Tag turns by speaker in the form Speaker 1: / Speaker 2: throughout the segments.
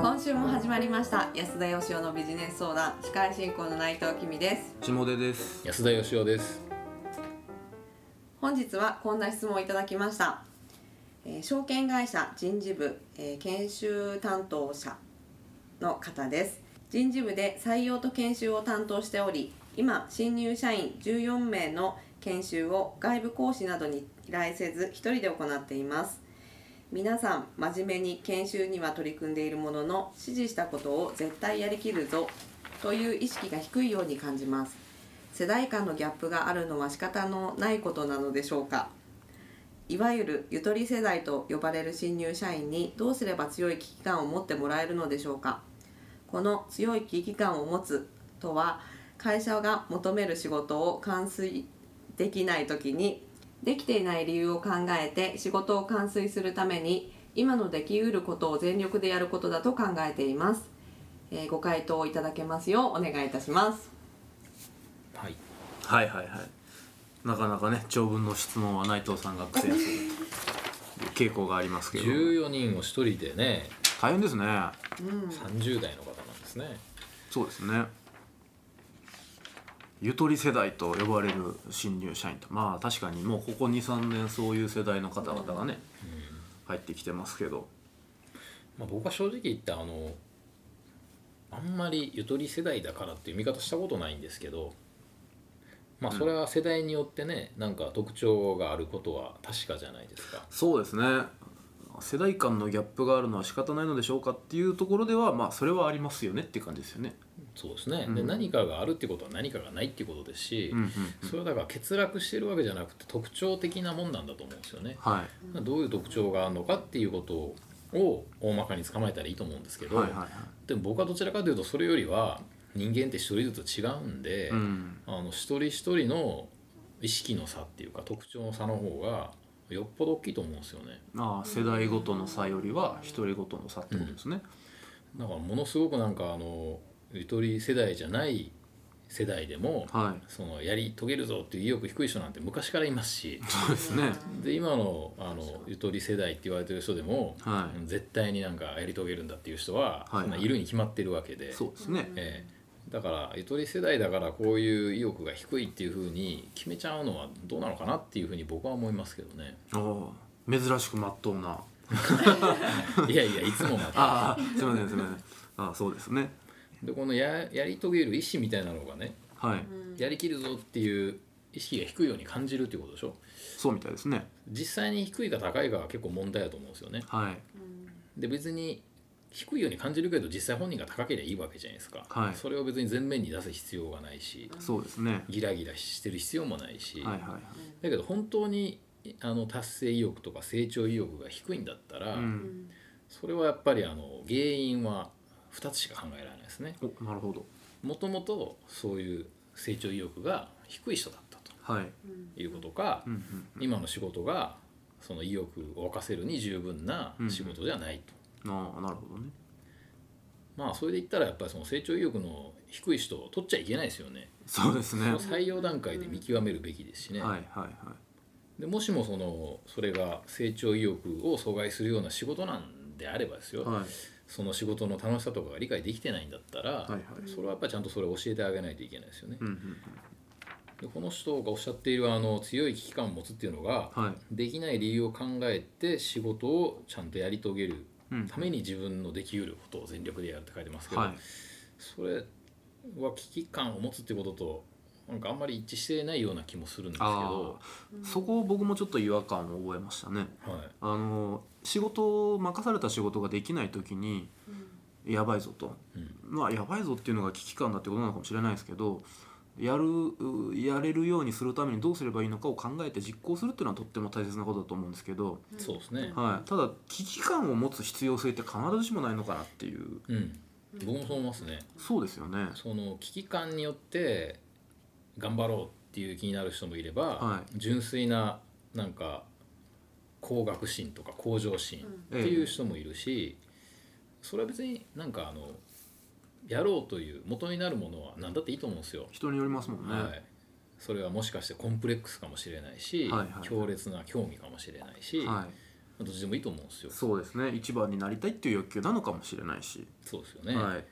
Speaker 1: 始まりました安田義雄のビジネス相談司会進行の内藤きみです
Speaker 2: 下出です
Speaker 3: 安田義雄です。
Speaker 1: 本日はこんな質問をいただきました、えー証券会社人事部、えー研修担当者の方です人事部で採用と研修を担当しており今新入社員14名の研修を外部講師などに依頼せず一人で行っています皆さん真面目に研修には取り組んでいるものの指示したことを絶対やりきるぞという意識が低いように感じます世代間のギャップがあるのは仕方のないことなのでしょうかいわゆるゆとり世代と呼ばれる新入社員にどうすれば強い危機感を持ってもらえるのでしょうかこの強い危機感を持つとは会社が求める仕事を完遂できない時にできていない理由を考えて仕事を完遂するために今のできうることを全力でやることだと考えています、えーご回答いただけますようお願いいたします
Speaker 3: はい。
Speaker 2: はいはいはいなかなかね長文の質問は内藤さんが苦 戦する傾向がありますけど
Speaker 3: 十四人を一人でね、
Speaker 2: 大変ですね
Speaker 3: 三十代の方なんですね。
Speaker 2: そうですねゆとり世代と呼ばれる新入社員とまあ確かにもうここ23年そういう世代の方々がね入ってきてますけど
Speaker 3: まあ僕は正直言ってあのあんまりゆとり世代だからっていう見方したことないんですけど、まあそれは世代によってね、なんか特徴があることは確かじゃないですか。
Speaker 2: そうですね世代間のギャップがあるのは仕方ないのでしょうかっていうところではまあそれはありますよねっていう感じですよね。
Speaker 3: そうですね。
Speaker 2: う
Speaker 3: で
Speaker 2: ん
Speaker 3: 何かがあるってことは何かがないってことですし。
Speaker 2: うんうんうん
Speaker 3: それはだから欠落してるわけじゃなくて特徴的なもんなんだと思うんですよね。
Speaker 2: は
Speaker 3: どういう特徴があるのかっていうことを大まかに捕まえたらいいと思うんですけ
Speaker 2: い
Speaker 3: ど、
Speaker 2: はいはいはい
Speaker 3: でも僕はどちらかというとそれよりは人間って一人ずつ違うんで、
Speaker 2: うん
Speaker 3: あの一人一人の意識の差っていうか特徴の差の方がよっぽど大きいと思うんですよね
Speaker 2: ああ世代ごとの差よりは独りごとの差ってことですね、
Speaker 3: だからものすごくなんかあのゆとり世代じゃない世代でも
Speaker 2: はい
Speaker 3: そのやり遂げるぞっていう意欲低い人なんて昔からいますし
Speaker 2: そうですね
Speaker 3: で今のあのゆとり世代って言われてる人でも、
Speaker 2: はい
Speaker 3: 絶対になんかやり遂げるんだっていう人は、
Speaker 2: はい
Speaker 3: そんないるに決まってるわけで、
Speaker 2: そうですね
Speaker 3: ええだからゆとり世代だからこういう意欲が低いっていうふうに決めちゃうのはどうなのかなっていうふうに僕は思いますけ どね
Speaker 2: ああ珍しくまっとうない
Speaker 3: やいやいつもまた
Speaker 2: ああすいませんすいませんああそうですね
Speaker 3: でこのややり遂げる意思みたいなのがね
Speaker 2: はい
Speaker 3: やりきるぞっていう意識が低いように感じるっていうことでしょ
Speaker 2: そうみたいですね
Speaker 3: 実際に低いか高いかは結構問題だと思うんですよね
Speaker 2: はい
Speaker 3: で別に低いように感じるけど実際本人が高ければいいわけじゃないですか、
Speaker 2: はい
Speaker 3: それを別に前面に出す必要がないし
Speaker 2: そうですね
Speaker 3: ギラギラしてる必要もないし、
Speaker 2: はいはいはい
Speaker 3: だけど本当にあの達成意欲とか成長意欲が低いんだったら、
Speaker 2: うん
Speaker 3: それはやっぱりあの原因は2つしか考えられないですね
Speaker 2: おなるほど
Speaker 3: もともとそういう成長意欲が低い人だったと
Speaker 2: はい
Speaker 3: いうことか、
Speaker 2: うんうん
Speaker 3: 今の仕事がその意欲を沸かせるに十分な仕事じゃないと、
Speaker 2: ああなるほどね
Speaker 3: まあそれで言ったらやっぱりその成長意欲の低い人を取っちゃいけないですよね
Speaker 2: そうですね
Speaker 3: そ
Speaker 2: は
Speaker 3: の採用段階で見極めるべきですし
Speaker 2: い
Speaker 3: ね、
Speaker 2: はいはい
Speaker 3: でもしもそのそれが成長意欲を阻害するような仕事なんであればですよ、
Speaker 2: はい
Speaker 3: その仕事の楽しさとかが理解できてないんだったら、
Speaker 2: はいはい
Speaker 3: それはやっぱりちゃんとそれを教えてあげないといけないですよね
Speaker 2: う。んうん
Speaker 3: でこの人がおっしゃっているあの強い危機感を持つっていうのが、
Speaker 2: うんはい
Speaker 3: できない理由を考えて仕事をちゃんとやり遂げる
Speaker 2: うん
Speaker 3: ために自分のできうることを全力でやるって書いてますけど、
Speaker 2: はい
Speaker 3: それは危機感を持つってこととなんかあんまり一致してないような気もするんですけ
Speaker 2: あ
Speaker 3: ど、
Speaker 2: あそこを僕もちょっと違和感を覚えましたね
Speaker 3: はい、
Speaker 2: あの仕事を任された仕事ができない時にやばいぞと、
Speaker 3: うん
Speaker 2: まあやばいぞっていうのが危機感だってことなのかもしれないですけどやるうやれるようにするためにどうすればいいのかを考えて実行するっていうのはとっても大切なことだと思うんですけど、
Speaker 3: そうですね
Speaker 2: はい、ただ危機感を持つ必要性って必ずしもないのかなっていう
Speaker 3: うん、僕もそう思いますね。
Speaker 2: そうですよね
Speaker 3: その危機感によって頑張ろうっていう気になる人もいれば、
Speaker 2: は
Speaker 3: 純粋ななんか工学心とか向上心っていう人もいるし、それは別になんかあのやろうという元になるものは何だっていいと思うんですよ。
Speaker 2: 人によりますもんね、
Speaker 3: はいそれはもしかしてコンプレックスかもしれないし、
Speaker 2: はいはい
Speaker 3: 強烈な興味かもしれないし、
Speaker 2: はい
Speaker 3: どっちでもいいと思うんですよ
Speaker 2: そうですね一番になりたいっていう欲求なのかもしれないし、
Speaker 3: そうですよね、
Speaker 2: はい、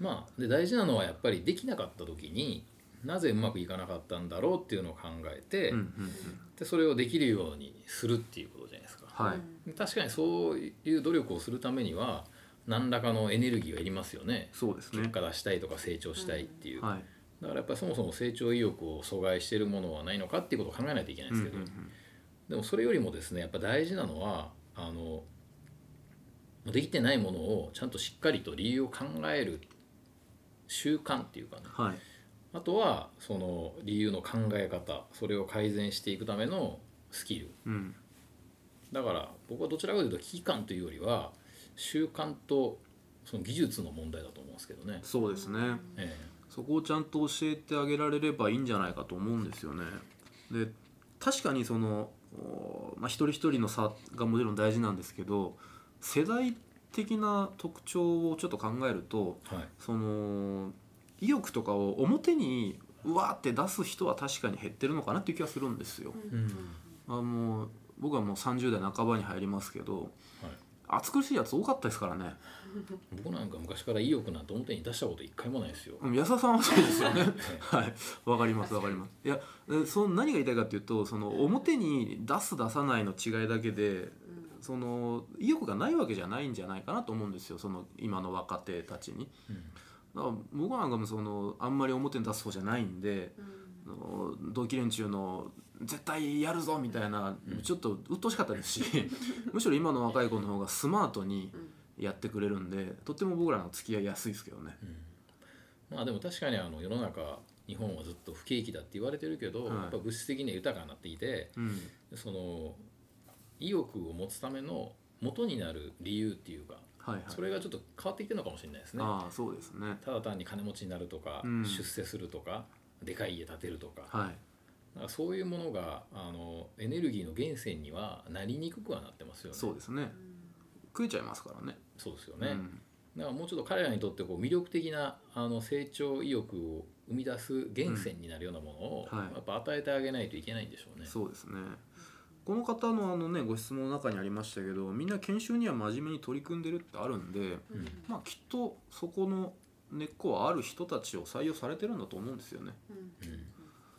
Speaker 3: まあで大事なのはやっぱりできなかった時になぜうまくいかなかったんだろうっていうのを考えて、
Speaker 2: うんうんうん、
Speaker 3: でそれをできるようにするっていうことじゃないですか、
Speaker 2: はい、
Speaker 3: 確かにそういう努力をするためには何らかのエネルギーはいりますよね
Speaker 2: そうです
Speaker 3: 結
Speaker 2: ね
Speaker 3: 果出したいとか成長したいっていう、
Speaker 2: はい、
Speaker 3: だからやっぱりそもそも成長意欲を阻害しているものはないのかっていうことを考えないといけないん
Speaker 2: う
Speaker 3: で
Speaker 2: んう
Speaker 3: す
Speaker 2: ん
Speaker 3: けど、
Speaker 2: うん、
Speaker 3: でもそれよりもですねやっぱ大事なのはあのできてないものをちゃんとしっかりと理由を考える習慣っていうかね
Speaker 2: はい
Speaker 3: あとはその理由の考え方それを改善していくためのスキル
Speaker 2: うん
Speaker 3: だから僕はどちらかというと危機感というよりは習慣とその技術の問題だと思うんですけどね。
Speaker 2: そうですね、
Speaker 3: え
Speaker 2: そこをちゃんと教えてあげられればいいんじゃないかと思うんですよね。で確かにその、おまあ、一人一人の差がもちろん大事なんですけど世代的な特徴をちょっと考えると
Speaker 3: えはい、
Speaker 2: その意欲とかを表にうわーって出す人は確かに減ってるのかなっていう気がするんですよ。
Speaker 3: うん
Speaker 2: あの僕はもう30代半ばに入りますけど暑苦しいやつ多かったですからね。
Speaker 3: 僕なんか昔から意欲なんて表に出したこと一回もないですよ。
Speaker 2: うん安田さんはそうですよね。
Speaker 3: え
Speaker 2: はい、わかりますわかりますいやえその何が言いたいかっていうとその表に出す出さないの違いだけでその意欲がないわけじゃないんじゃないかなと思うんですよその今の若手たちに
Speaker 3: え
Speaker 2: だから僕なんかもそのあんまり表に出す方じゃないんであの同期連中の「絶対やるぞ」みたいな
Speaker 3: うん
Speaker 2: ちょっと鬱陶しかったですし むしろ今の若い子の方がスマートにやってくれるんでとっても僕らの付き合いやすいですけどね。
Speaker 3: うんうんまあでも確かにあの世の中日本はずっと不景気だって言われてるけど、
Speaker 2: はい
Speaker 3: やっぱ物質的には豊かになっていて
Speaker 2: うん、
Speaker 3: その意欲を持つための元になる理由っていうか
Speaker 2: はいはい、
Speaker 3: それがちょっと変わってきてるのかもしれないですね。
Speaker 2: ああそうですね
Speaker 3: ただ単に金持ちになるとか、
Speaker 2: うん
Speaker 3: 出世するとかでかい家建てるとか,、
Speaker 2: はい
Speaker 3: なんかそういうものがあのエネルギーの源泉にはなりにくくはなってますよね。
Speaker 2: そうですね食えちゃいますからね
Speaker 3: そうですよね、
Speaker 2: うん
Speaker 3: だからもうちょっと彼らにとってこう魅力的なあの成長意欲を生み出す源泉になるようなものを、
Speaker 2: うんはい
Speaker 3: やっぱ与えてあげないといけないんでしょうね。
Speaker 2: そうですねこの方のあのねご質問の中にありましたけどみんな研修には真面目に取り組んでるってあるんでまあきっとそこの根っこはある人たちを採用されてるんだと思うんですよね
Speaker 3: うん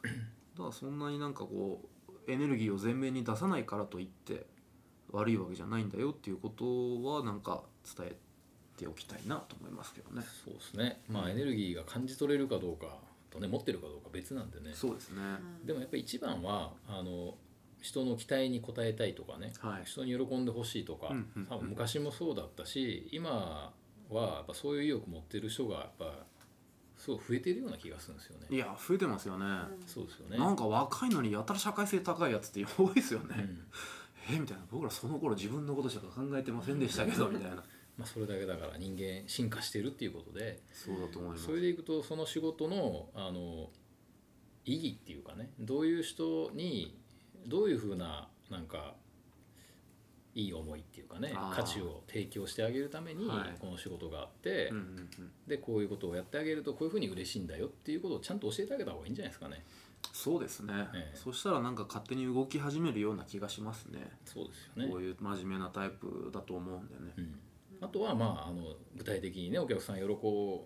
Speaker 2: だからそんなになんかこうエネルギーを前面に出さないからといって悪いわけじゃないんだよっていうことはなんか伝えておきたいなと思いますけどね
Speaker 3: そうですね、まあ、エネルギーが感じ取れるかどうかと、ね、持ってるかどうか別なんでね
Speaker 2: そうですね
Speaker 3: でもやっぱり一番はあの人の期待に応えたいとかね
Speaker 2: はい
Speaker 3: 人に喜んでほしいとか、
Speaker 2: うんうんうん
Speaker 3: 多分昔もそうだったし今はやっぱそういう意欲持ってる人がやっぱすごい増えてるような気がするんですよね。
Speaker 2: いや増えてますよね、
Speaker 3: そうですよね
Speaker 2: なんか若いのにやたら社会性高いやつって多いですよね、
Speaker 3: うん
Speaker 2: えみたいな僕らその頃自分のことしか考えてませんでしたけどみたいな
Speaker 3: まあ、それだけだから人間進化してるっていうことで
Speaker 2: そうだと思います
Speaker 3: それでいくとその仕事のあの意義っていうかねどういう人にどういうふうななんかいい思いっていうかね
Speaker 2: あー
Speaker 3: 価値を提供してあげるために
Speaker 2: はい
Speaker 3: この仕事があって、
Speaker 2: うんうんうん、
Speaker 3: でこういうことをやってあげるとこういうふうに嬉しいんだよっていうことをちゃんと教えてあげた方がいいんじゃないですかね。
Speaker 2: そうですね、
Speaker 3: ええ
Speaker 2: そしたらなんか勝手に動き始めるような気がしますね
Speaker 3: そうですよね
Speaker 2: こういう真面目なタイプだと思うんでね、
Speaker 3: うんあとは、まあ、あの具体的にねお客さん喜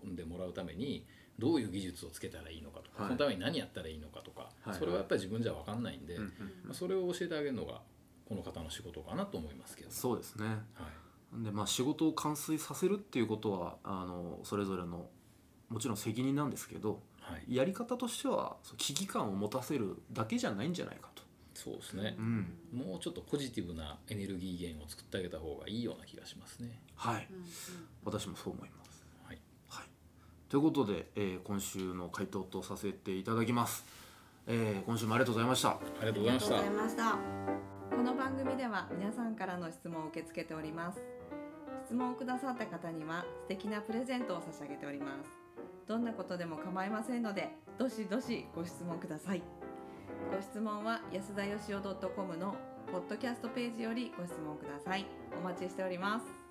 Speaker 3: んでもらうためにどういう技術をつけたらいいのかとか、
Speaker 2: はい
Speaker 3: そのために何やったらいいのかとか、
Speaker 2: いはい
Speaker 3: それはやっぱり自分じゃ分かんないんで、
Speaker 2: うんうんう
Speaker 3: ま
Speaker 2: ん
Speaker 3: あ、それを教えてあげるのがこの方の仕事かなと思いますけど、
Speaker 2: そうですね
Speaker 3: はい
Speaker 2: でまあ仕事を完遂させるっていうことはあのそれぞれのもちろん責任なんですけど
Speaker 3: はい、
Speaker 2: やり方としてはそう危機感を持たせるだけじゃないんじゃないかと
Speaker 3: そうですね
Speaker 2: う、ん
Speaker 3: もうちょっとポジティブなエネルギー源を作ってあげた方がいいような気がしますね。
Speaker 2: はい私もそう思います
Speaker 3: はい、
Speaker 2: はい、ということで、えー今週の回答とさせていただきます、えー今週もありがとうございました
Speaker 3: ありがとう
Speaker 1: あり
Speaker 3: ござい
Speaker 1: が
Speaker 3: ま
Speaker 1: と
Speaker 3: し
Speaker 1: うご
Speaker 3: た
Speaker 1: ざい。ました。この番組では皆さんからの質問を受け付けております。質問をくださった方には素敵なプレゼントを差し上げております。どんなことでも構いませんので、どしどしご質問ください。ご質問は安田よしお .com のポッドキャストページよりご質問ください。お待ちしております。